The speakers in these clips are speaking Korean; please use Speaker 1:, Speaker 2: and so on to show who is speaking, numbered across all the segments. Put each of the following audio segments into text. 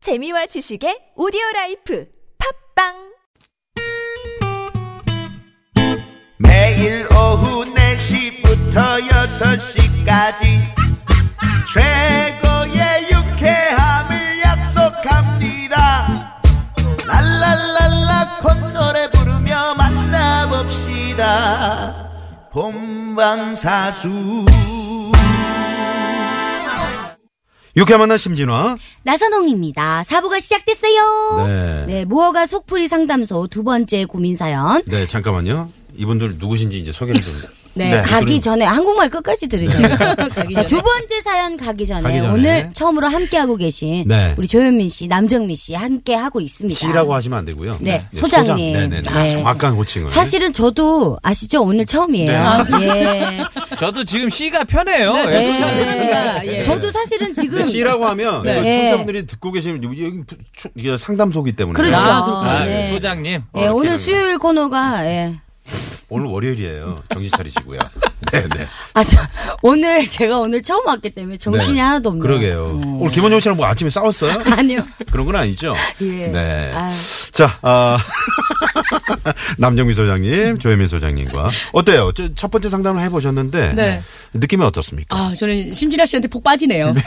Speaker 1: 재미와 지식의 오디오 라이프 팝빵!
Speaker 2: 매일 오후 4시부터 6시까지 최고의 유쾌함을 약속합니다 랄랄랄라 콧노래 부르며 만나봅시다 본방사수
Speaker 3: 유쾌 만난 심진화.
Speaker 4: 나선홍입니다. 사부가 시작됐어요.
Speaker 3: 네.
Speaker 4: 무허가 속풀이 상담소 두 번째 고민 사연.
Speaker 3: 네, 잠깐만요. 이분들 누구신지 이제 소개를 좀.
Speaker 4: 네,
Speaker 3: 네.
Speaker 4: 가기
Speaker 3: 들은-
Speaker 4: 전에 한국말 끝까지 들으셔야 돼요. 자, 두 번째 사연 가기 전에,
Speaker 3: 가기 전에.
Speaker 4: 오늘 처음으로 함께 하고 계신
Speaker 3: 네.
Speaker 4: 우리 조현민 씨, 남정민 씨 함께 하고 있습니다.
Speaker 3: T라고 하시면 안 되고요.
Speaker 4: 네, 소장님.
Speaker 3: 네, 네,
Speaker 4: 네.
Speaker 3: 네. 정확한 호칭을.
Speaker 4: 사실은 저도 아시죠? 오늘 처음이에요.
Speaker 3: 네.
Speaker 4: 예.
Speaker 5: 저도 지금 C가 편해요.
Speaker 6: 네,
Speaker 4: 예.
Speaker 5: 예.
Speaker 4: 예. 저도 사실은 지금
Speaker 3: 근데 네, C라고 하면
Speaker 4: 네.
Speaker 3: 이거 청취자분들이 듣고 계시면 여기 여기 부- 추- 이게 상담소기 때문에.
Speaker 4: 그렇죠.
Speaker 3: 아,
Speaker 5: 아,
Speaker 4: 네.
Speaker 5: 소장님.
Speaker 4: 예, 오늘 수요일 코너가 예.
Speaker 3: 오늘 월요일이에요. 정신 차리시고요. 네, 네.
Speaker 4: 아, 저, 오늘 제가 오늘 처음 왔기 때문에 정신이
Speaker 3: 네.
Speaker 4: 하나도 없네요.
Speaker 3: 그러게요.
Speaker 4: 네.
Speaker 3: 오늘 김원영 씨랑 뭐 아침에 싸웠어요?
Speaker 4: 아니요.
Speaker 3: 그런 건 아니죠?
Speaker 4: 예.
Speaker 3: 네.
Speaker 4: 아유.
Speaker 3: 자, 아. 남정미 소장님, 조혜민 소장님과. 어때요? 저, 첫 번째 상담을 해보셨는데.
Speaker 6: 네.
Speaker 3: 느낌이 어떻습니까?
Speaker 6: 아, 저는 심진아 씨한테 복 빠지네요.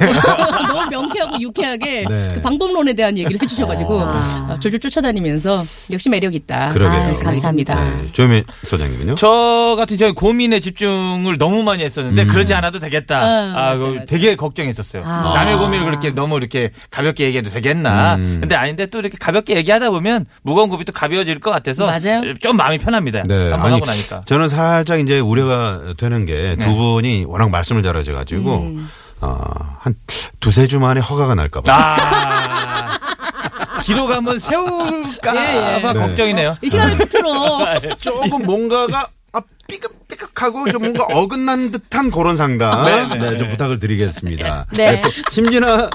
Speaker 6: 너무 명쾌하고 유쾌하게
Speaker 3: 네.
Speaker 6: 그 방법론에 대한 얘기를 해주셔가지고
Speaker 4: 아.
Speaker 6: 아, 졸졸 쫓아다니면서 역시 매력 있다.
Speaker 3: 그러게요.
Speaker 6: 그런 생각이
Speaker 4: 감사합니다.
Speaker 6: 듭니다.
Speaker 3: 네. 조혜민 소장님은요?
Speaker 5: 저 같은 저희 고민에 집중을 너무 많이 했었는데
Speaker 3: 음.
Speaker 5: 그러지 않아도 되겠다.
Speaker 6: 아,
Speaker 5: 아,
Speaker 6: 맞아요,
Speaker 5: 그거
Speaker 6: 맞아요.
Speaker 5: 되게 걱정했었어요.
Speaker 4: 아.
Speaker 5: 남의 고민을 그렇게 너무 이렇게 가볍게 얘기해도 되겠나.
Speaker 3: 음.
Speaker 5: 근데 아닌데 또 이렇게 가볍게 얘기하다 보면 무거운 고비 또 가벼워질 것 같아서
Speaker 6: 맞아요.
Speaker 5: 좀 마음이 편합니다.
Speaker 3: 네,
Speaker 5: 한번 하고 나니까.
Speaker 3: 저는 살짝 이제 우려가 되는 게 두
Speaker 5: 네.
Speaker 3: 분이 워낙 말씀을 잘하셔가지고, 어, 한 두세 주 만에 허가가 날까봐.
Speaker 5: 아. 기록 한번 세울까
Speaker 6: 예, 예.
Speaker 5: 봐
Speaker 3: 네.
Speaker 5: 걱정이네요.
Speaker 6: 이 시간을 끝으로
Speaker 3: 조금 뭔가가 아, 삐걱삐걱하고 좀 뭔가 어긋난 듯한 그런 상담.
Speaker 5: 네, 네,
Speaker 3: 네, 좀
Speaker 5: 네.
Speaker 3: 부탁을 드리겠습니다.
Speaker 4: 네.
Speaker 3: 또 심진아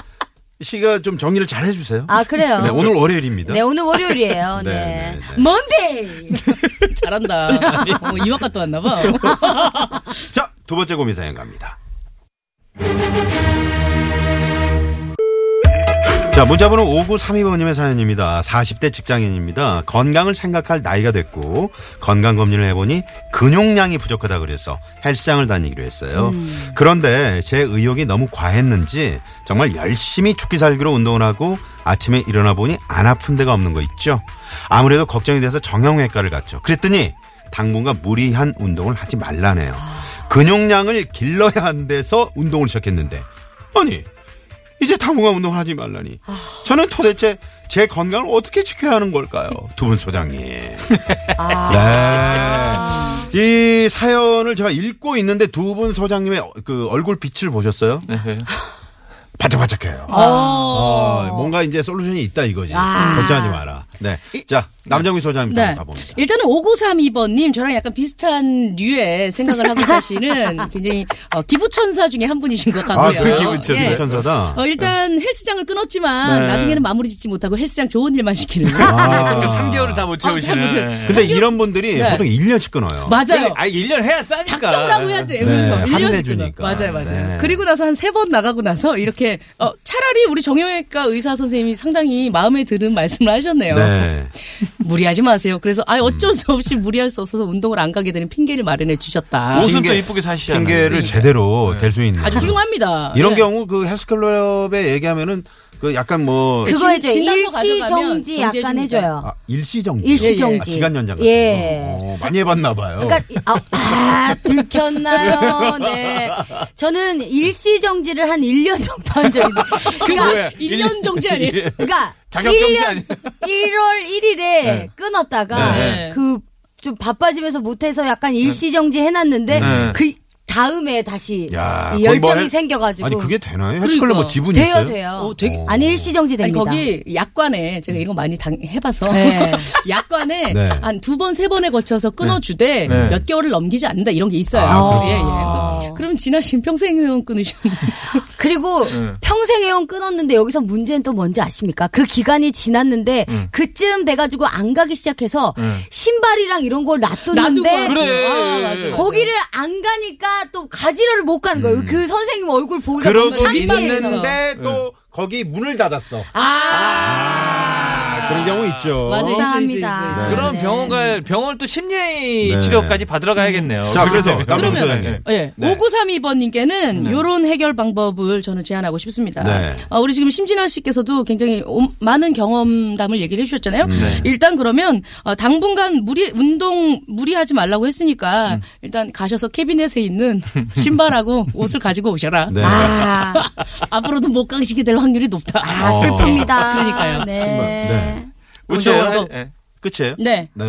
Speaker 3: 씨가 좀 정리를 잘 해주세요.
Speaker 4: 아, 그래요?
Speaker 3: 네, 오늘 월요일입니다.
Speaker 4: 네, 오늘 월요일이에요.
Speaker 3: 네, 네,
Speaker 4: 네.
Speaker 3: 네.
Speaker 4: 먼데이!
Speaker 6: 잘한다. 어, 이학 갔다 왔나 봐.
Speaker 3: 자, 두 번째 고민 사연 갑니다. 자, 문자번호 5932번님의 사연입니다. 40대 직장인입니다. 건강을 생각할 나이가 됐고, 건강검진을 해보니 근육량이 부족하다 그래서 헬스장을 다니기로 했어요. 그런데 제 의욕이 너무 과했는지 정말 열심히 죽기 살기로 운동을 하고 아침에 일어나 보니 안 아픈 데가 없는 거 있죠. 아무래도 걱정이 돼서 정형외과를 갔죠. 그랬더니 당분간 무리한 운동을 하지 말라네요. 근육량을 길러야 한대서 운동을 시작했는데, 아니, 이제 당분간 운동을 하지 말라니.
Speaker 6: 아.
Speaker 3: 저는 도대체 제 건강을 어떻게 지켜야 하는 걸까요? 두 분 소장님.
Speaker 6: 아.
Speaker 3: 네. 이 사연을 제가 읽고 있는데 두 분 소장님의 어- 그 얼굴 빛을 보셨어요? 바짝바짝해요. 어, 뭔가 이제 솔루션이 있다 이거지.
Speaker 4: 아.
Speaker 3: 걱정하지 마라. 네. 자, 남정미 소장님
Speaker 6: 네.
Speaker 3: 네. 가봅니다.
Speaker 6: 일단은 5932번님 저랑 약간 비슷한 류의 생각을 하고 사시는 굉장히 어, 기부천사 중에 한 분이신 것
Speaker 3: 아,
Speaker 6: 같고요.
Speaker 3: 그 기분천
Speaker 6: 예.
Speaker 3: 기분천사다. 네.
Speaker 6: 어, 일단 헬스장을
Speaker 5: 네.
Speaker 6: 끊었지만 나중에는 마무리 짓지 못하고 헬스장 좋은 일만 시키는.
Speaker 3: 아.
Speaker 5: 그러니까 3개월을 다 못
Speaker 6: 아, 다못
Speaker 5: 채우시는.
Speaker 6: 채워.
Speaker 3: 근데 이런 분들이
Speaker 6: 네.
Speaker 3: 보통 1년씩 끊어요.
Speaker 6: 맞아요.
Speaker 5: 아, 1년 해야 싸니까.
Speaker 6: 작정을 하고 해야지. 그래서
Speaker 3: 그러니까. 네,
Speaker 6: 1년
Speaker 3: 한내주니까.
Speaker 6: 맞아요, 맞아요.
Speaker 3: 네.
Speaker 6: 그리고 나서 한 세 번 나가고 나서 이렇게 어, 차라리 우리 정형외과 의사 선생님이 상당히 마음에 드는 말씀을 하셨네요.
Speaker 3: 네.
Speaker 6: 무리하지 마세요. 그래서 아 어쩔 수 없이 무리할 수 없어서 운동을 안 가게 되는 핑계를 마련해 주셨다.
Speaker 5: 옷은
Speaker 3: 아, 핑계-
Speaker 5: 또 이쁘게 사시잖아요. 네.
Speaker 3: 핑계를 제대로 댈 수 있는.
Speaker 6: 아주 훌륭합니다.
Speaker 3: 이런
Speaker 6: 예.
Speaker 3: 경우 그 헬스클럽에 얘기하면은 그 약간 뭐
Speaker 4: 그거
Speaker 6: 진-
Speaker 4: 해줘요.
Speaker 6: 진단서 가져가면
Speaker 4: 일시정지 약간
Speaker 6: 정지해줍니다.
Speaker 4: 해줘요.
Speaker 3: 아, 일시정지.
Speaker 4: 일시정지.
Speaker 3: 아, 기간 연장 같은
Speaker 4: 예.
Speaker 3: 거. 어, 많이 해봤나 봐요.
Speaker 4: 그러니까 이- 아, 아, 불켰나요? 네. 저는 일시 정지를 한 1년 정도 한 적이 있는데. 그러니까,
Speaker 5: 뭐예요?
Speaker 6: 1년 정지 아니에요?
Speaker 4: 그러니까
Speaker 5: 자격 정지
Speaker 4: 1년
Speaker 5: 아니-
Speaker 4: 1월 1일에
Speaker 3: 네.
Speaker 4: 끊었다가
Speaker 6: 네.
Speaker 4: 그 좀 바빠지면서 못해서 약간 일시 정지 해놨는데
Speaker 5: 네.
Speaker 4: 그 다음에 다시
Speaker 3: 야,
Speaker 4: 이
Speaker 3: 거의
Speaker 4: 열정이
Speaker 3: 뭐 헬-
Speaker 4: 생겨가지고
Speaker 3: 아니 그게 되나요? 헬스클럽 뭐
Speaker 6: 그러니까.
Speaker 3: 지분이
Speaker 4: 돼요
Speaker 3: 있어요?
Speaker 4: 돼요.
Speaker 6: 어, 되게-
Speaker 4: 아니 일시 정지
Speaker 6: 아니
Speaker 4: 됩니다. 음.
Speaker 6: 거기 약관에 제가 이런 거 많이 당, 해봐서
Speaker 4: 네.
Speaker 6: 약관에
Speaker 3: 네.
Speaker 6: 한 두 번 세 번에 걸쳐서 끊어주되
Speaker 5: 네.
Speaker 6: 몇 개월을 넘기지 않는다 이런 게 있어요.
Speaker 3: 아,
Speaker 6: 예, 예.
Speaker 3: 그렇구나.
Speaker 4: 그럼요.
Speaker 6: 그럼 진아 씨는 평생 회원 끊으셨나요?
Speaker 4: 그리고
Speaker 5: 응.
Speaker 4: 평생 회원 끊었는데 여기서 문제는 또 뭔지 아십니까? 그 기간이 지났는데 그쯤 돼가지고 안 가기 시작해서
Speaker 5: 응.
Speaker 4: 신발이랑 이런 걸
Speaker 6: 놔두고
Speaker 4: 놔두는데
Speaker 5: 그래.
Speaker 6: 아, 맞아.
Speaker 4: 거기를 안 가니까 또 가지런을 못 가는 거예요. 그 선생님 얼굴 보기가 너무
Speaker 3: 그러고
Speaker 4: 창피해서.
Speaker 3: 있는데 또 거기 문을 닫았어. 아, 그런 경우 있죠.
Speaker 6: 맞아요.
Speaker 4: 감사합니다.
Speaker 6: 있어, 있어, 있어.
Speaker 3: 네.
Speaker 5: 그럼 병원 갈 병원을 또 심리 치료까지 받으러 가야겠네요.
Speaker 3: 자, 아, 그래서
Speaker 5: 그러면.
Speaker 3: 남편
Speaker 5: 네.
Speaker 3: 소장님.
Speaker 6: 예,
Speaker 3: 네.
Speaker 6: 5932번님께는 요런 해결 방법을 저는 제안하고 싶습니다.
Speaker 3: 네.
Speaker 6: 어, 우리 지금 심진아 씨께서도 굉장히 오- 많은 경험담을 얘기를
Speaker 3: 음,
Speaker 6: 해주셨잖아요.
Speaker 3: 네.
Speaker 6: 일단 그러면 어, 당분간 무리 운동 무리하지 말라고
Speaker 3: 음.
Speaker 6: 했으니까 일단 가셔서 캐비넷에 있는 신발하고 옷을 가지고 오셔라.
Speaker 3: 네.
Speaker 4: 아,
Speaker 6: 앞으로도 못 가시게 될 확률이 높다.
Speaker 4: 아, 슬픕니다.
Speaker 6: 그러니까요.
Speaker 4: 네.
Speaker 3: 신발, 네.
Speaker 6: 무서워요.
Speaker 3: 끝이에요?
Speaker 5: 예.
Speaker 3: 끝이에요?
Speaker 6: 네,
Speaker 3: 네.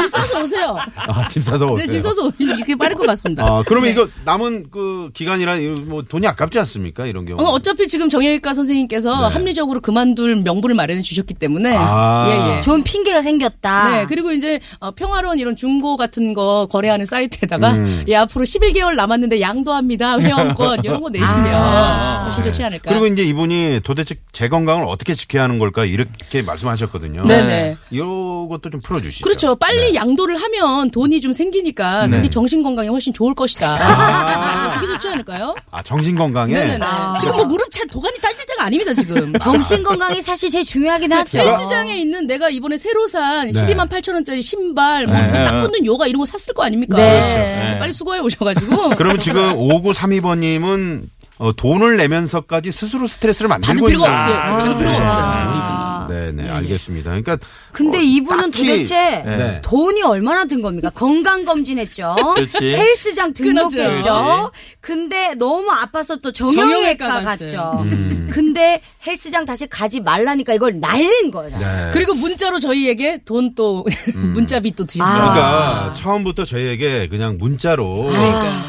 Speaker 6: 질 싸서 오세요.
Speaker 3: 아, 짐 싸서
Speaker 6: 네,
Speaker 3: 오세요.
Speaker 6: 질 싸서 오면 이렇게 빠를 것 같습니다. 어,
Speaker 3: 아, 그러면 이거 남은 그 기간이라 이거 뭐 돈이 아깝지 않습니까? 이런 경우.
Speaker 6: 어, 어차피 지금 정형외과 선생님께서
Speaker 3: 네.
Speaker 6: 합리적으로 그만둘 명분을 마련해 주셨기 때문에
Speaker 3: 아.
Speaker 6: 예, 예.
Speaker 4: 좋은 핑계가 생겼다.
Speaker 6: 네, 그리고 이제 어, 평화로운 이런 중고 같은 거 거래하는 사이트에다가
Speaker 3: 음.
Speaker 6: 예, 앞으로 11개월 남았는데 양도합니다. 회원권 이런 거 내시면
Speaker 4: 아.
Speaker 6: 훨씬 좋지 않을까?
Speaker 3: 네. 그리고 이제 이분이 도대체 제 건강을 어떻게 지켜야 하는 걸까 이렇게 말씀하셨거든요.
Speaker 6: 네, 네.
Speaker 3: 이것도 좀 풀어주시죠.
Speaker 6: 그렇죠. 빨리
Speaker 3: 네.
Speaker 6: 양도를 하면 돈이 좀 생기니까
Speaker 5: 네.
Speaker 6: 그게 정신 건강에 훨씬 좋을 것이다.
Speaker 3: 아.
Speaker 6: 그게 좋지 않을까요?
Speaker 3: 아 정신
Speaker 5: 예.
Speaker 3: 건강에.
Speaker 6: 네네네.
Speaker 4: 아.
Speaker 6: 지금 뭐 무릎 차 도가니 따질 때가 아닙니다 지금.
Speaker 4: 정신 건강이 사실 제일 중요하긴 하죠.
Speaker 6: 그렇죠. 헬스장에 있는 내가 이번에 새로 산 12만 8천 원짜리 신발,
Speaker 5: 네.
Speaker 6: 뭐딱 붙는 요가 이런 거 샀을 거 아닙니까?
Speaker 4: 네.
Speaker 5: 그렇죠. 예.
Speaker 6: 빨리 수거해 오셔가지고.
Speaker 3: 그러면 지금 5932번님은 어, 돈을 내면서까지 스스로 스트레스를
Speaker 6: 받을
Speaker 3: 만들고
Speaker 6: 필요가 없
Speaker 5: 있는-
Speaker 6: 예,
Speaker 5: 아,
Speaker 6: 받을
Speaker 5: 그래요.
Speaker 6: 필요가 없어요.
Speaker 4: 아.
Speaker 3: 네, 네, 알겠습니다. 그러니까
Speaker 4: 근데
Speaker 3: 어,
Speaker 4: 이분은
Speaker 3: 딱히-
Speaker 4: 도대체
Speaker 3: 네.
Speaker 4: 돈이 얼마나 든 겁니까? 건강검진 했죠.
Speaker 5: 그렇지.
Speaker 4: 헬스장 등록했죠.
Speaker 5: 끊었죠.
Speaker 4: 근데 너무 아파서 또 정형외과
Speaker 6: 정형외과
Speaker 4: 갔죠.
Speaker 6: 갔어요.
Speaker 3: 음.
Speaker 4: 근데 헬스장 다시 가지 말라니까 이걸 날린 거예요.
Speaker 3: 네.
Speaker 6: 그리고 문자로 저희에게 돈 또,
Speaker 5: 음.
Speaker 6: 문자비 또 드리고.
Speaker 4: 아.
Speaker 3: 그러니까 처음부터 저희에게 그냥 문자로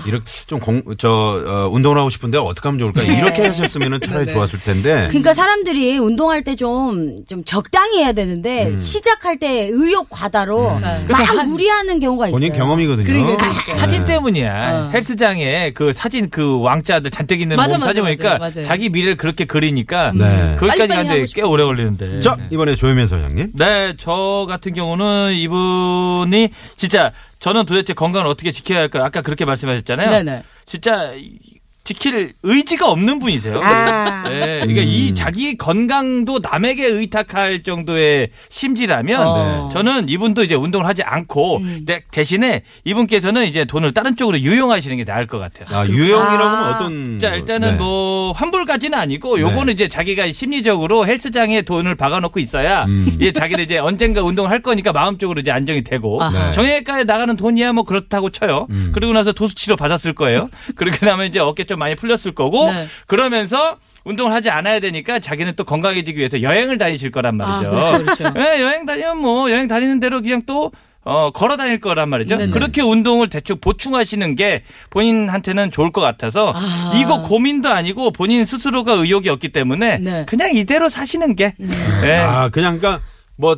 Speaker 3: 이렇게 좀공저 어, 운동을 하고 싶은데 어떻게 하면 좋을까 이렇게 하셨으면 차라리
Speaker 6: 네, 네.
Speaker 3: 좋았을 텐데.
Speaker 4: 그러니까 사람들이 운동할 때 좀 좀 적당히 해야 되는데
Speaker 3: 음.
Speaker 4: 시작할 때 의욕 과다로
Speaker 5: 그러니까. 그렇죠.
Speaker 4: 막 무리하는 경우가 있어요.
Speaker 3: 본인 경험이거든요.
Speaker 6: 그러니까,
Speaker 5: 사진 때문이야.
Speaker 6: 어.
Speaker 5: 헬스장에 그 사진 그 왕자들 잔뜩 있는
Speaker 6: 맞아,
Speaker 5: 몸
Speaker 6: 맞아,
Speaker 5: 사진 보니까
Speaker 6: 맞아, 맞아.
Speaker 5: 자기 미래를 그렇게 그리니까
Speaker 3: 네.
Speaker 5: 거기까지
Speaker 6: 빨리빨리
Speaker 5: 가는데
Speaker 6: 하고
Speaker 5: 꽤 오래 걸리는데.
Speaker 3: 자 이번에 조혜면 소장님.
Speaker 5: 네, 저 같은 경우는 이분이 진짜 저는 도대체 건강을 어떻게 지켜야 할까 아까 그렇게 말씀하셨잖아요.
Speaker 6: 네네.
Speaker 5: 진짜 지킬 의지가 없는 분이세요.
Speaker 4: 아.
Speaker 5: 네, 그러니까 이 자기 건강도 남에게 의탁할 정도의 심지라면
Speaker 3: 네.
Speaker 6: 어.
Speaker 5: 저는 이분도 이제 운동을 하지 않고 네, 대- 대신에 이분께서는 이제 돈을 다른 쪽으로 유용하시는 게 나을 것 같아요.
Speaker 3: 아, 유형이라고는
Speaker 4: 아.
Speaker 3: 어떤?
Speaker 5: 자, 일단은
Speaker 3: 네.
Speaker 5: 뭐 환불까지는 아니고 요거는 이제 자기가 심리적으로 헬스장에 돈을 박아 놓고 있어야 이제 자기는 이제 언젠가 운동을 할 거니까 마음적으로 이제 안정이 되고
Speaker 3: 아하. 네.
Speaker 5: 정형외과에 나가는 돈이야 뭐 그렇다고 쳐요. 그리고 나서 도수 치료 받았을 거예요. 그렇게 나면 이제 어깨 좀 많이 풀렸을 거고
Speaker 6: 네.
Speaker 5: 그러면서 운동을 하지 않아야 되니까 자기는 또 건강해지기 위해서 여행을 다니실 거란 말이죠.
Speaker 6: 아, 그렇죠, 그렇죠.
Speaker 5: 예, 여행 다니면 뭐 여행 다니는 대로 그냥 또 어, 걸어 다닐 거란 말이죠.
Speaker 6: 네네.
Speaker 5: 그렇게 운동을 대충 보충하시는 게 본인한테는 좋을 것 같아서
Speaker 6: 아.
Speaker 5: 이거 고민도 아니고 본인 스스로가 의욕이 없기 때문에
Speaker 6: 네.
Speaker 5: 그냥 이대로 사시는 게 예.
Speaker 3: 아 그냥 그러니까 뭐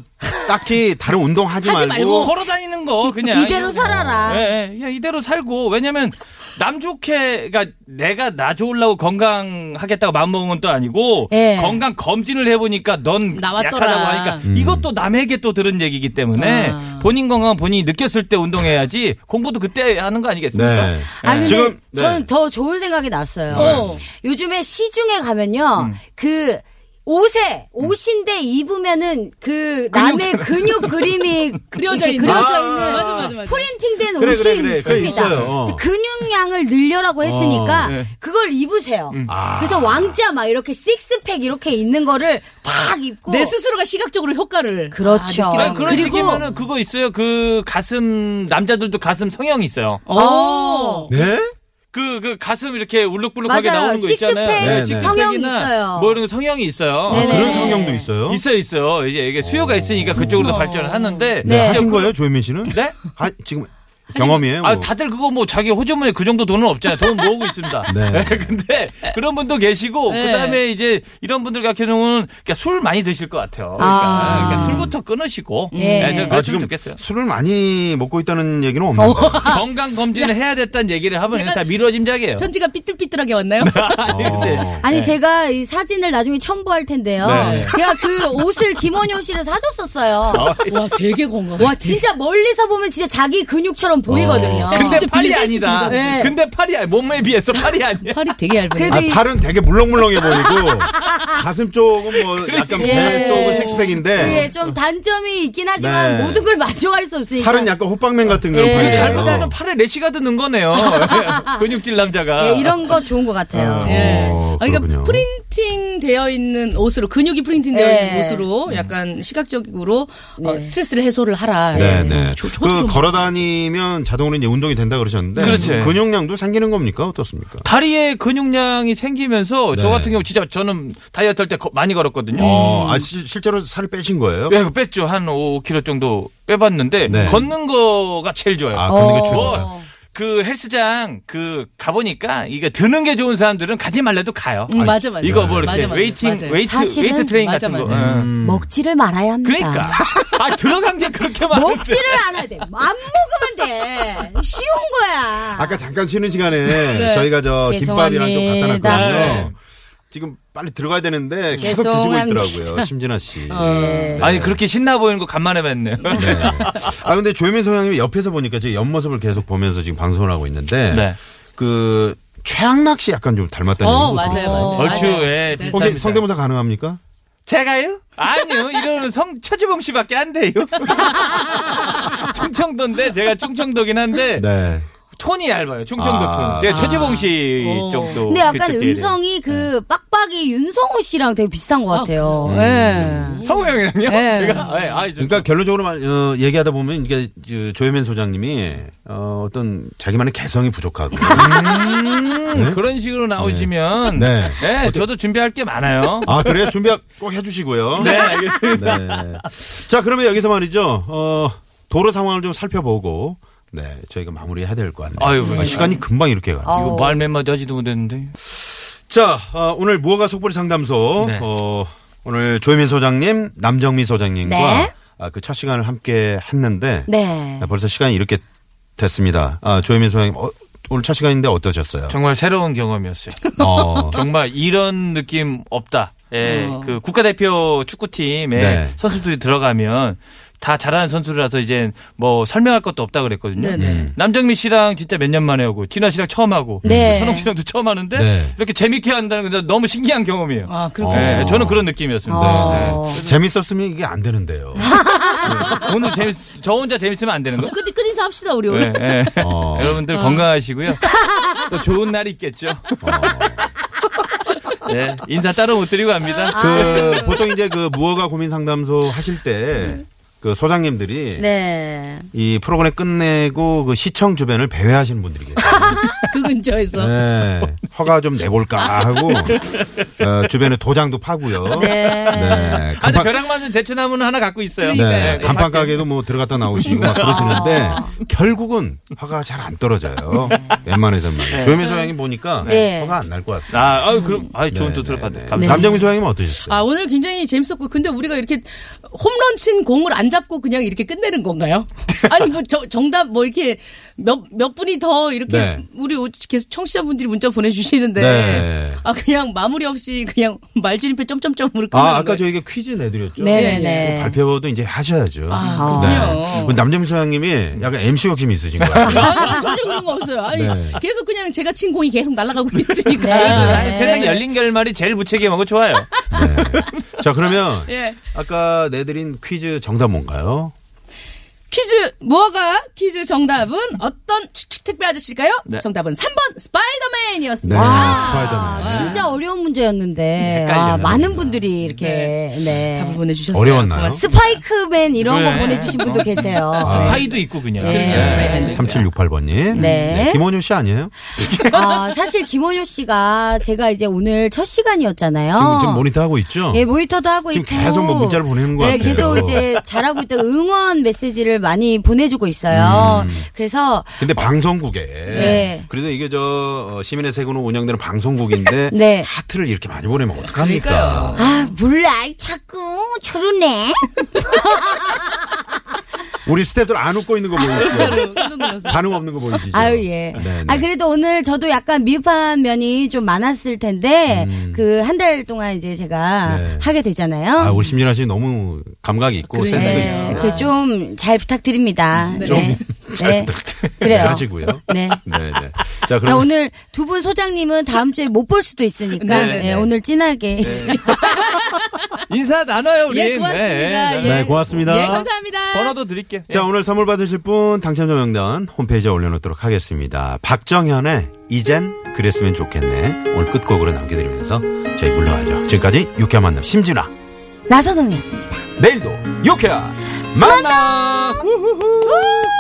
Speaker 3: 딱히 다른 운동 하지,
Speaker 6: 하지
Speaker 3: 말고.
Speaker 6: 말고.
Speaker 5: 뭐 걸어 다니는 거 그냥
Speaker 4: 이대로
Speaker 3: 어.
Speaker 4: 살아라.
Speaker 5: 예, 예, 그냥 이대로 살고 왜냐면 남 좋게 그러니까 내가 나 좋으려고 건강하겠다고 마음먹은 건 또 아니고
Speaker 4: 예.
Speaker 5: 건강 검진을 해보니까 넌
Speaker 6: 나왔더라.
Speaker 5: 약하다고 하니까 이것도 남에게 또 들은 얘기이기 때문에
Speaker 6: 아.
Speaker 5: 본인 건강 은 본인이 느꼈을 때 운동해야지 공부도 그때 하는 거 아니겠습니까?
Speaker 3: 네.
Speaker 4: 아 근데
Speaker 3: 지금, 네.
Speaker 4: 저는 더 좋은 생각이 났어요.
Speaker 6: 어.
Speaker 4: 요즘에 시중에
Speaker 6: 음.
Speaker 4: 가면요, 그 옷에 옷인데 입으면은 그 남의 근육 그림이
Speaker 6: 그려져
Speaker 4: 이렇게
Speaker 6: 있는.
Speaker 4: 그려져
Speaker 3: 아.
Speaker 4: 있는
Speaker 6: 맞아, 맞아, 맞아.
Speaker 4: 프린팅된
Speaker 3: 그래, 그래,
Speaker 4: 옷이
Speaker 3: 그래. 그거
Speaker 4: 있습니다.
Speaker 3: 있어요. 어.
Speaker 4: 이제 근육량을 늘려라고 했으니까
Speaker 5: 어, 네.
Speaker 4: 그걸 입으세요.
Speaker 6: 음.
Speaker 3: 아.
Speaker 4: 그래서 왕자 막 이렇게 식스팩 이렇게 있는 거를 탁 입고
Speaker 6: 내 스스로가 시각적으로 효과를.
Speaker 4: 그렇죠.
Speaker 6: 아,
Speaker 5: 아니, 네,
Speaker 6: 느끼라는
Speaker 5: 그런
Speaker 6: 거예요.
Speaker 4: 그리고-
Speaker 5: 식이면은 그거 있어요. 그 가슴 남자들도 가슴 성형이 있어요.
Speaker 6: 어.
Speaker 3: 네?
Speaker 5: 그, 그 가슴 이렇게 울룩불룩하게
Speaker 4: 맞아요.
Speaker 5: 나오는 거
Speaker 4: 식스팩
Speaker 5: 있잖아요.
Speaker 3: 네네.
Speaker 5: 식스팩이나
Speaker 4: 성형이 있어요.
Speaker 5: 뭐 이런 성형이 있어요.
Speaker 3: 아,
Speaker 4: 네네.
Speaker 3: 그런 성형도 있어요.
Speaker 5: 있어요, 있어요. 이제 이게 수요가 있으니까 그쪽으로 발전을 하는데.
Speaker 3: 네.
Speaker 5: 이제
Speaker 3: 하신
Speaker 5: 그-
Speaker 3: 거예요 조혜민 씨는?
Speaker 5: 네?
Speaker 3: 아, 지금 경험이에요.
Speaker 5: 아,
Speaker 3: 뭐.
Speaker 5: 다들 그거 뭐 자기 호주머니 그 정도 돈은 없잖아요. 돈 모으고 있습니다.
Speaker 3: 네.
Speaker 5: 근데 그런 분도 계시고
Speaker 6: 네.
Speaker 5: 그다음에 이제 이런 분들 같은 경우는 그러니까 술 많이 드실 것 같아요.
Speaker 4: 아.
Speaker 5: 그러니까, 그러니까 술부터 끊으시고
Speaker 4: 예.
Speaker 5: 네, 저
Speaker 3: 아,
Speaker 5: 그랬으면
Speaker 3: 지금
Speaker 5: 좋겠어요. 어.
Speaker 3: 술을 많이 먹고 있다는 얘기는 없는 거예요.
Speaker 5: 건강 검진을 해야 됐다는 얘기를 하면
Speaker 6: 약간
Speaker 5: 다 미뤄짐작이에요.
Speaker 6: 편지가 삐뚤삐뚤하게 왔나요?
Speaker 3: 어.
Speaker 4: 아니 제가 이 사진을 나중에 첨부할 텐데요.
Speaker 5: 네.
Speaker 4: 제가 그 옷을 김원효 씨를
Speaker 5: 아.
Speaker 4: 사줬었어요.
Speaker 6: 와 되게 건강.
Speaker 4: 와 진짜 멀리서 보면 진짜 자기 근육처럼 보이거든요.
Speaker 3: 아.
Speaker 6: 어.
Speaker 5: 근데
Speaker 6: 진짜
Speaker 5: 팔이
Speaker 6: 빌리세스
Speaker 5: 아니다.
Speaker 4: 빌리세스. 네.
Speaker 5: 근데 팔이 아니 몸매에 비해서 팔이 아니야.
Speaker 6: 팔이 되게 얇아요.
Speaker 4: 그래도
Speaker 3: 아,
Speaker 4: 이-
Speaker 3: 팔은 되게 물렁물렁해 보이고 가슴 쪽은 뭐
Speaker 5: 그러니까.
Speaker 3: 약간 배
Speaker 4: 예.
Speaker 3: 쪽은 식스팩인데
Speaker 4: 그게 네, 좀 단점이 있긴 하지만
Speaker 3: 네.
Speaker 4: 모든 걸 마주할 수 없으니까.
Speaker 3: 팔은 약간 호빵맨 같은
Speaker 4: 예.
Speaker 3: 그런 팔이에요.
Speaker 5: 잘못하면 팔에 레시가 드는 거네요. 근육질 남자가.
Speaker 4: 예, 이런 거 좋은 것 같아요. 네.
Speaker 3: 어.
Speaker 6: 예.
Speaker 3: 어,
Speaker 6: 아, 그러니까
Speaker 3: 그렇군요.
Speaker 6: 프린팅 되어 있는 옷으로 근육이 프린팅 되어 있는
Speaker 4: 예.
Speaker 6: 옷으로 약간 시각적으로 어, 스트레스를 해소를 하라.
Speaker 3: 네,
Speaker 6: 예.
Speaker 3: 네.
Speaker 6: 저- 저도
Speaker 3: 그
Speaker 6: 좀-
Speaker 3: 걸어 다니면 자동으로 이제 운동이 된다 그러셨는데
Speaker 5: 그렇지.
Speaker 3: 근육량도 생기는 겁니까? 어떻습니까?
Speaker 5: 다리에 근육량이 생기면서
Speaker 3: 네.
Speaker 5: 저 같은 경우 진짜 저는 다이어트 할 때 많이 걸었거든요.
Speaker 3: 어,
Speaker 6: 음.
Speaker 3: 아 시- 실제로 살을 빼신 거예요?
Speaker 5: 예, 뺐죠. 한 5kg 정도 빼봤는데
Speaker 3: 네.
Speaker 5: 걷는 거가 제일 좋아요.
Speaker 3: 아, 걷는 게
Speaker 4: 어.
Speaker 3: 최고다.
Speaker 5: 그 헬스장 그 가보니까 이거 드는 게 좋은 사람들은 가지 말래도 가요.
Speaker 6: 음, 맞아 맞아.
Speaker 5: 이거 뭐 이렇게
Speaker 6: 맞아, 맞아,
Speaker 5: 웨이팅
Speaker 6: 맞아요.
Speaker 5: 웨이트
Speaker 4: 사실은
Speaker 5: 웨이트 트레이닝
Speaker 6: 맞아,
Speaker 5: 같은
Speaker 6: 맞아요.
Speaker 5: 거. 예.
Speaker 3: 음.
Speaker 4: 먹지를 말아야 합니다.
Speaker 5: 그러니까 아 들어간 게 그렇게
Speaker 6: 뭐?
Speaker 5: 많은데
Speaker 4: 먹지를 않아야 돼. 안 먹으면 돼. 쉬운 거야.
Speaker 3: 아까 잠깐 쉬는 시간에 저희가 저 김밥이랑 좀 갖다
Speaker 4: 죄송합니다.
Speaker 3: 놨거든요. 지금 빨리 들어가야 되는데 계속 드시고
Speaker 4: 죄송합니다.
Speaker 3: 있더라고요. 심진아 씨.
Speaker 6: 예.
Speaker 3: 네.
Speaker 5: 아니 그렇게 신나 보이는 거 간만에 봤네요.
Speaker 3: 아 근데 조혜민 소장님 옆에서 보니까 제 옆모습을 계속 보면서 지금 방송을 하고 있는데
Speaker 5: 네.
Speaker 3: 그 최양락 씨 약간 좀 닮았다는
Speaker 6: 어
Speaker 3: 얘기도
Speaker 6: 맞아요
Speaker 3: 들었어요.
Speaker 6: 맞아요.
Speaker 5: 얼추 예.
Speaker 6: 네.
Speaker 5: 비슷합니다.
Speaker 3: 혹시 성대모사 가능합니까?
Speaker 5: 제가요? 아니요. 이거는 성 최지봉 씨밖에 안 돼요. 충청도인데 제가 충청도긴 한데
Speaker 3: 네.
Speaker 5: 톤이 얇아요. 충청도
Speaker 3: 아.
Speaker 5: 톤. 제가 최지봉 씨
Speaker 6: 어.
Speaker 5: 정도.
Speaker 4: 근데 약간
Speaker 5: 그쪽 계열이에요.
Speaker 4: 음성이
Speaker 3: 네.
Speaker 4: 그 빡빡이 윤성호 씨랑 되게 비슷한 것 같아요. 예.
Speaker 3: 음.
Speaker 5: 성우 형이랑요?
Speaker 4: 네.
Speaker 5: 제가 예, 아이, 저-
Speaker 3: 그러니까 결론적으로 말, 어, 얘기하다 보면 이게 그 조혜민 소장님이 어, 어떤 자기만의 개성이 부족하고
Speaker 5: 음, 그런 식으로 나오시면
Speaker 3: 네.
Speaker 5: 네, 저도 준비할 게 많아요.
Speaker 3: 아 그래요 준비 꼭 해주시고요.
Speaker 5: 네, 알겠습니다.
Speaker 3: 네. 자, 그러면 여기서 말이죠. 어, 도로 상황을 좀 살펴보고, 네, 저희가 마무리해야 될 것 같네요.
Speaker 5: 아유, 왜.
Speaker 3: 아, 시간이 금방 이렇게 가요.
Speaker 4: 아우.
Speaker 5: 이거 말 몇 마디 하지도 못했는데.
Speaker 3: 자, 어, 오늘 무허가 속보리 상담소,
Speaker 5: 네.
Speaker 3: 어, 오늘 조혜민 소장님, 남정미 소장님과
Speaker 4: 네.
Speaker 3: 아, 그 첫 시간을 함께 했는데,
Speaker 4: 네.
Speaker 6: 음.
Speaker 3: 아, 벌써 시간이 이렇게 됐습니다. 아, 조혜민 소장님, 어, 오늘 첫 시간인데 어떠셨어요?
Speaker 5: 정말 새로운 경험이었어요.
Speaker 3: 어,
Speaker 5: 정말 이런 느낌 없다. 예,
Speaker 6: 어.
Speaker 5: 그 국가대표 축구팀에
Speaker 3: 네.
Speaker 5: 선수들이 들어가면 다 잘하는 선수라서 이제 뭐 설명할 것도 없다 그랬거든요.
Speaker 3: 음.
Speaker 6: 네네.
Speaker 5: 남정미 씨랑 진짜 몇 년 만에 하고 진아 씨랑 처음 하고 뭐
Speaker 4: 네.
Speaker 5: 선홍 씨랑도 처음 하는데
Speaker 3: 네.
Speaker 5: 이렇게 재밌게 한다는 건 너무 신기한 경험이에요.
Speaker 6: 아
Speaker 5: 네,
Speaker 6: 그렇군요. 아.
Speaker 5: 저는 그런 느낌이었습니다.
Speaker 4: 어.
Speaker 3: 어. 네, 재밌었으면 이게 안 되는데요.
Speaker 5: 네. 오늘 재밌, 저 혼자 재밌으면 안 되는 거?
Speaker 6: 끝, 끝 인사 합시다 우리 오늘.
Speaker 5: 네, 네.
Speaker 3: 어.
Speaker 5: 여러분들 건강하시고요. 또 좋은 날이 있겠죠.
Speaker 3: 어.
Speaker 5: 네, 인사 따로 못 드리고 갑니다.
Speaker 3: 그 보통 이제 그 무허가 고민 상담소 하실 때 그 소장님들이
Speaker 4: 네.
Speaker 3: 이 프로그램 끝내고 그 시청 주변을 배회하시는 분들이 계세요.
Speaker 6: 그 근처에서.
Speaker 3: 네. 허가 좀 내볼까 하고 어, 주변에 도장도 파고요. 네.
Speaker 5: 아, 근데
Speaker 3: 간판,
Speaker 5: 벼락 맞은 대추나무는 하나 갖고 있어요.
Speaker 3: 네.
Speaker 6: 그러니까요.
Speaker 3: 간판 가게도 뭐 들어갔다 나오시고 막 그러시는데 결국은 허가 잘 안 떨어져요. 웬만해서는 말이에요. 조혜민 소장님 보니까
Speaker 4: 네.
Speaker 3: 허가 안 날 것 같습니다.
Speaker 5: 아, 아유, 그럼, 아유, 좋은 또
Speaker 3: 네,
Speaker 5: 트럭
Speaker 3: 네,
Speaker 5: 받네.
Speaker 3: 네.
Speaker 5: 감사합니다.
Speaker 3: 남정민 소장님은 어떠셨어요?
Speaker 6: 아 오늘 굉장히 재밌었고 근데 우리가 이렇게 홈런 친 공을 안 잡고 그냥 이렇게 끝내는 건가요? 아니 뭐 저- 정답 뭐 이렇게 몇 몇 분이 더 이렇게
Speaker 3: 네.
Speaker 6: 우리 오- 계속 청취자분들이 문자 보내주시는데
Speaker 3: 네.
Speaker 6: 아 그냥 마무리 없이 그냥 말주님표 점점점으로 끝나는
Speaker 3: 아, 아까
Speaker 6: 거예요.
Speaker 3: 저희가 퀴즈 내드렸죠.
Speaker 4: 네네네.
Speaker 3: 그 발표도 이제 하셔야죠.
Speaker 6: 아, 그렇군요.
Speaker 3: 그 남정민 소장님이 약간 MC 욕심이 있으신 것 같아요.
Speaker 6: 아니, 전혀 그런 거 없어요. 아니
Speaker 3: 네.
Speaker 6: 계속 그냥 제가 친 공이 계속 날아가고
Speaker 4: 네.
Speaker 6: 있으니까. 네.
Speaker 5: 아니, 세상 열린 결말이 제일 무책임하고 좋아요.
Speaker 3: 네. 자, 그러면
Speaker 6: 예.
Speaker 3: 아까 내드린 퀴즈 정답 뭔가요?
Speaker 6: 퀴즈 무허가 퀴즈 정답은 어떤 추- 택배 아저씨일까요?
Speaker 5: 네.
Speaker 6: 정답은 3번
Speaker 3: 네,
Speaker 6: 스파이더맨이었습니다.
Speaker 3: 스파이더맨.
Speaker 4: 아, 진짜 어려운
Speaker 3: 네,
Speaker 4: 문제였는데
Speaker 5: 헷갈려요.
Speaker 4: 아, 많은 분들이 이렇게 네.
Speaker 6: 답을 보내주셨어요.
Speaker 3: 어려웠나요?
Speaker 6: 고맙습니다.
Speaker 4: 스파이크맨 이런 거
Speaker 5: 네.
Speaker 4: 보내주신 분도 계세요.
Speaker 3: 아. 네.
Speaker 5: 스파이도 있고, 그냥.
Speaker 4: 네.
Speaker 5: 예.
Speaker 3: 3768번님.
Speaker 4: 네.
Speaker 3: 김원효 씨 아니에요?
Speaker 4: 아, 사실 김원효 씨가 제가 이제 오늘 첫 시간이었잖아요.
Speaker 3: 지금, 지금 모니터 하고 있죠?
Speaker 4: 어. 예, 모니터도 하고
Speaker 3: 지금
Speaker 4: 있고
Speaker 3: 계속 뭐 문자를 보내는 것
Speaker 4: 예,
Speaker 3: 같아요.
Speaker 4: 계속 이제 잘하고 있다 응원 메시지를 문자를 많이 보내주고 있어요.
Speaker 3: 음.
Speaker 4: 그래서
Speaker 3: 근데 방송국에
Speaker 4: 네.
Speaker 3: 그래도 이게 저 어, 시민의 세금으로 운영되는 방송국인데
Speaker 4: 네.
Speaker 3: 하트를 이렇게 많이 보내면 어떡합니까?
Speaker 4: 아 몰라 자꾸 저러네.
Speaker 3: 우리 스태프들 안 웃고 있는 거 보이시죠?
Speaker 6: 진짜로 깜짝 놀랐어요.
Speaker 3: 반응 없는 거 보이시죠?
Speaker 4: 아유 예.
Speaker 3: 네,
Speaker 4: 아
Speaker 3: 네.
Speaker 4: 그래도 오늘 저도 약간 미흡한 면이 좀 많았을 텐데 그 한 달 동안 이제 제가
Speaker 3: 네.
Speaker 4: 하게 되잖아요.
Speaker 3: 아, 우리 심진아 씨 너무 감각이 있고
Speaker 6: 그래요.
Speaker 3: 센스가
Speaker 6: 네.
Speaker 3: 있어.
Speaker 4: 그 좀 잘 부탁드립니다. 네.
Speaker 6: 좀
Speaker 4: 네. 그래요.
Speaker 3: 하시고요.
Speaker 4: 네.
Speaker 3: 네, 네. 자,
Speaker 4: 자
Speaker 3: 그럼
Speaker 4: 오늘 두 분 소장님은 다음 주에 못 볼 수도 있으니까
Speaker 6: 네, 네,
Speaker 4: 네, 오늘 진하게
Speaker 5: 인사 나눠요 우리.
Speaker 6: 예, 고맙습니다. 예.
Speaker 3: 네, 고맙습니다.
Speaker 6: 예, 감사합니다.
Speaker 5: 번호도 드릴게요. 예.
Speaker 3: 자, 오늘 선물 받으실 분 당첨자 명단 홈페이지에 올려놓도록 하겠습니다. 박정현의 이젠 그랬으면 좋겠네. 오늘 끝곡으로 남겨드리면서 저희 물러가죠. 지금까지 유쾌한 만남 심진아.
Speaker 4: 나선홍이었습니다.
Speaker 3: 내일도 유쾌한 만남! 우후후!